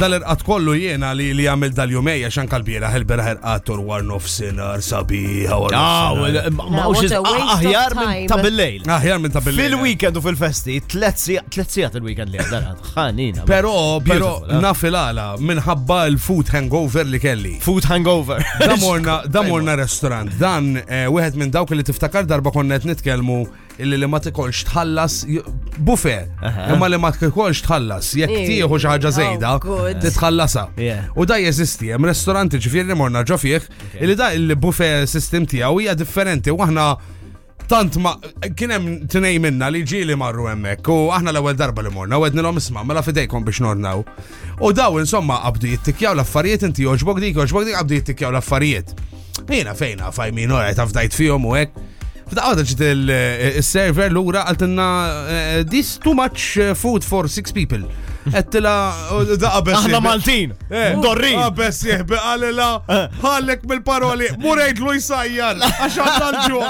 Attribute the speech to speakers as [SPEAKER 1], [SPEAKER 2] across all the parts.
[SPEAKER 1] dal-irqat kollu jiena li li għamil dal-jumej għaxan kalbira ħelbera ħerqatur war nofsinar sabiħa
[SPEAKER 2] Ah,
[SPEAKER 1] war nofsinar.
[SPEAKER 2] ma'
[SPEAKER 3] what a waste of
[SPEAKER 2] aħjar minn
[SPEAKER 3] time.
[SPEAKER 2] ta' bil-lejl.
[SPEAKER 1] Aħjar minn ta' billi.
[SPEAKER 2] Fil-weekend u fil-festi, tlet sija- tlet sijat il-weekend li għadar, ħanina.
[SPEAKER 1] Pero, pero,
[SPEAKER 2] Beautiful, eh?
[SPEAKER 1] nafil-għala, minħabba il-food hangover li kelli.
[SPEAKER 2] Food hangover.
[SPEAKER 1] Da morna, da morna restorant. Dan, eh, wieħed minn dawk li tiftakar darba konnet nitkellmu illi li ma tikolx tħallas j- buffet.
[SPEAKER 2] Aha.
[SPEAKER 1] Imma li ma tikolx tħallas. Jekk
[SPEAKER 3] Eh,
[SPEAKER 1] tieħu xi ħaġa
[SPEAKER 3] oh,
[SPEAKER 1] żejda,
[SPEAKER 3] good.
[SPEAKER 1] titħallasa.
[SPEAKER 2] Yeah.
[SPEAKER 1] U da jeżisti, hemm ristoranti ġifieri li morna ġo fih, illi da il-buffet system tiegħu hija differenti u aħna Tant ma kien hemm tnej minna li ġieli marru hemmhekk u aħna l-ewwel darba li morna wednilhom isma' mela fidejkom biex nornaw. U daw insomma qabdu jittikjaw l-affarijiet inti joġbok dik joġbok dik qabdu jittikjaw l-affarijiet. Jiena fejna fajmin ora taf dajt fihom u hekk. F'daqqa ġiet il-server lura għaltinna eh, this too much eh, food for six people. Għettila eh, daqqa bess.
[SPEAKER 2] Aħna
[SPEAKER 1] jihbe-
[SPEAKER 2] Maltin, dorrin.
[SPEAKER 1] Ah, bess jihbe għalila ħallek bil-paroli murejt lu jsajjar għaxan tal-ġu.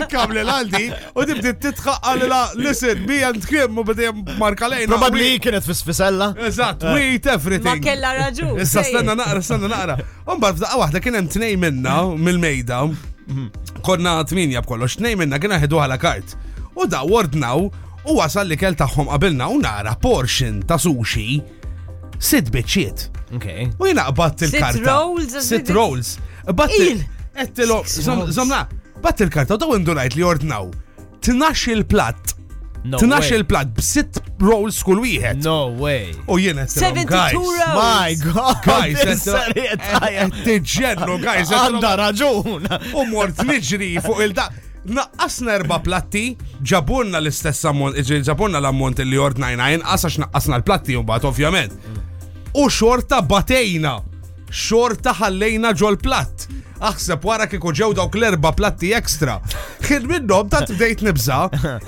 [SPEAKER 1] Ekkam li l-għaldi u tibdiet titħaq għalila listen me and him u bidem marka lejna.
[SPEAKER 2] Probabli kienet fis-fisella.
[SPEAKER 1] Eżatt, we eat
[SPEAKER 3] Ma
[SPEAKER 1] everything.
[SPEAKER 3] kella raġun.
[SPEAKER 1] Issa
[SPEAKER 3] sej.
[SPEAKER 1] stanna naqra, stanna naqra. Umbar f'daqqa waħda kien hemm tnej minna mill-mejda. Konna tminja b'kollox, tnej minna kien ħedu ħala kart. U da wordnaw u wasal li kell tagħhom qabilna u nara portion ta' sushi sit biċċiet.
[SPEAKER 2] Ok.
[SPEAKER 1] U jina batt
[SPEAKER 3] Sit
[SPEAKER 1] il-karta.
[SPEAKER 3] rolls, as
[SPEAKER 1] Sit
[SPEAKER 3] it is.
[SPEAKER 1] rolls. Batt
[SPEAKER 3] Il.
[SPEAKER 1] Ettilo,
[SPEAKER 3] rolls.
[SPEAKER 1] zomna, batt il-karta, u daw indunajt li ordnaw. Tnax il-platt.
[SPEAKER 2] No
[SPEAKER 1] Tnax
[SPEAKER 2] way.
[SPEAKER 1] il-platt b'sitt rolls kull wieħed.
[SPEAKER 2] No way.
[SPEAKER 1] U jien ettilom,
[SPEAKER 3] 72
[SPEAKER 1] guys.
[SPEAKER 3] rolls.
[SPEAKER 2] My God.
[SPEAKER 1] Guys,
[SPEAKER 2] this serjetà.
[SPEAKER 1] Tiġġennu, guys.
[SPEAKER 2] Għanda raġun.
[SPEAKER 1] U mort niġri fuq il-da. Naqqasna erba platti, ġabunna l-istess ammont, ġi- ġabunna l-ammont li ordnajna, jenqasax naqqasna l-platti jumbat, ovvjament. U xorta batejna, xorta ħallejna ġol platt. Aħseb wara kieku ġew dawk l-erba platti ekstra. Kien minnhom ta' bdejt nibża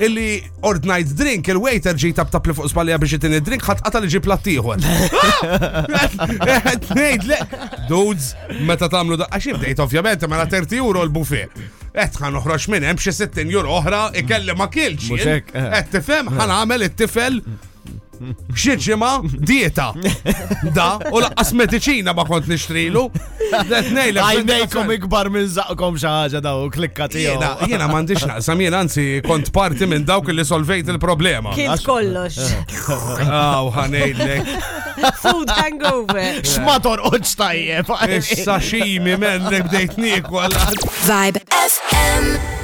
[SPEAKER 1] illi ordnajt drink, il-waiter ġi tab tapli fuq spallija biex jitini drink, ħatqata li ġi platt ieħor. Nejt, le, dudes, meta tamlu da, għaxi bdejt ovvjament, mela 30 euro l-buffet. Et ħan uħroċ minn, hemm xi 60 euro oħra, ikelli ma kilx.
[SPEAKER 2] Mhux hekk, eh.
[SPEAKER 1] Et tifhem, ħan għamel it-tifel xi ġimgħa dieta. Da, u laqqas mediċina ma kont nixtrilu. Et nejlek,
[SPEAKER 2] Għajnejkom ikbar minn zaqkom xaħġa daw, klikkati.
[SPEAKER 1] Jena, jena mandiċ naqsam, jena anzi kont parti minn dawk li solvejt il-problema.
[SPEAKER 3] Kint
[SPEAKER 1] Eh.
[SPEAKER 3] kollox.
[SPEAKER 1] Aw, ħanejlek.
[SPEAKER 3] Food hangover.
[SPEAKER 2] Xmator uċ tajjeb.
[SPEAKER 1] Issa ximi men li bdejt nieku għal
[SPEAKER 4] Vibe FM.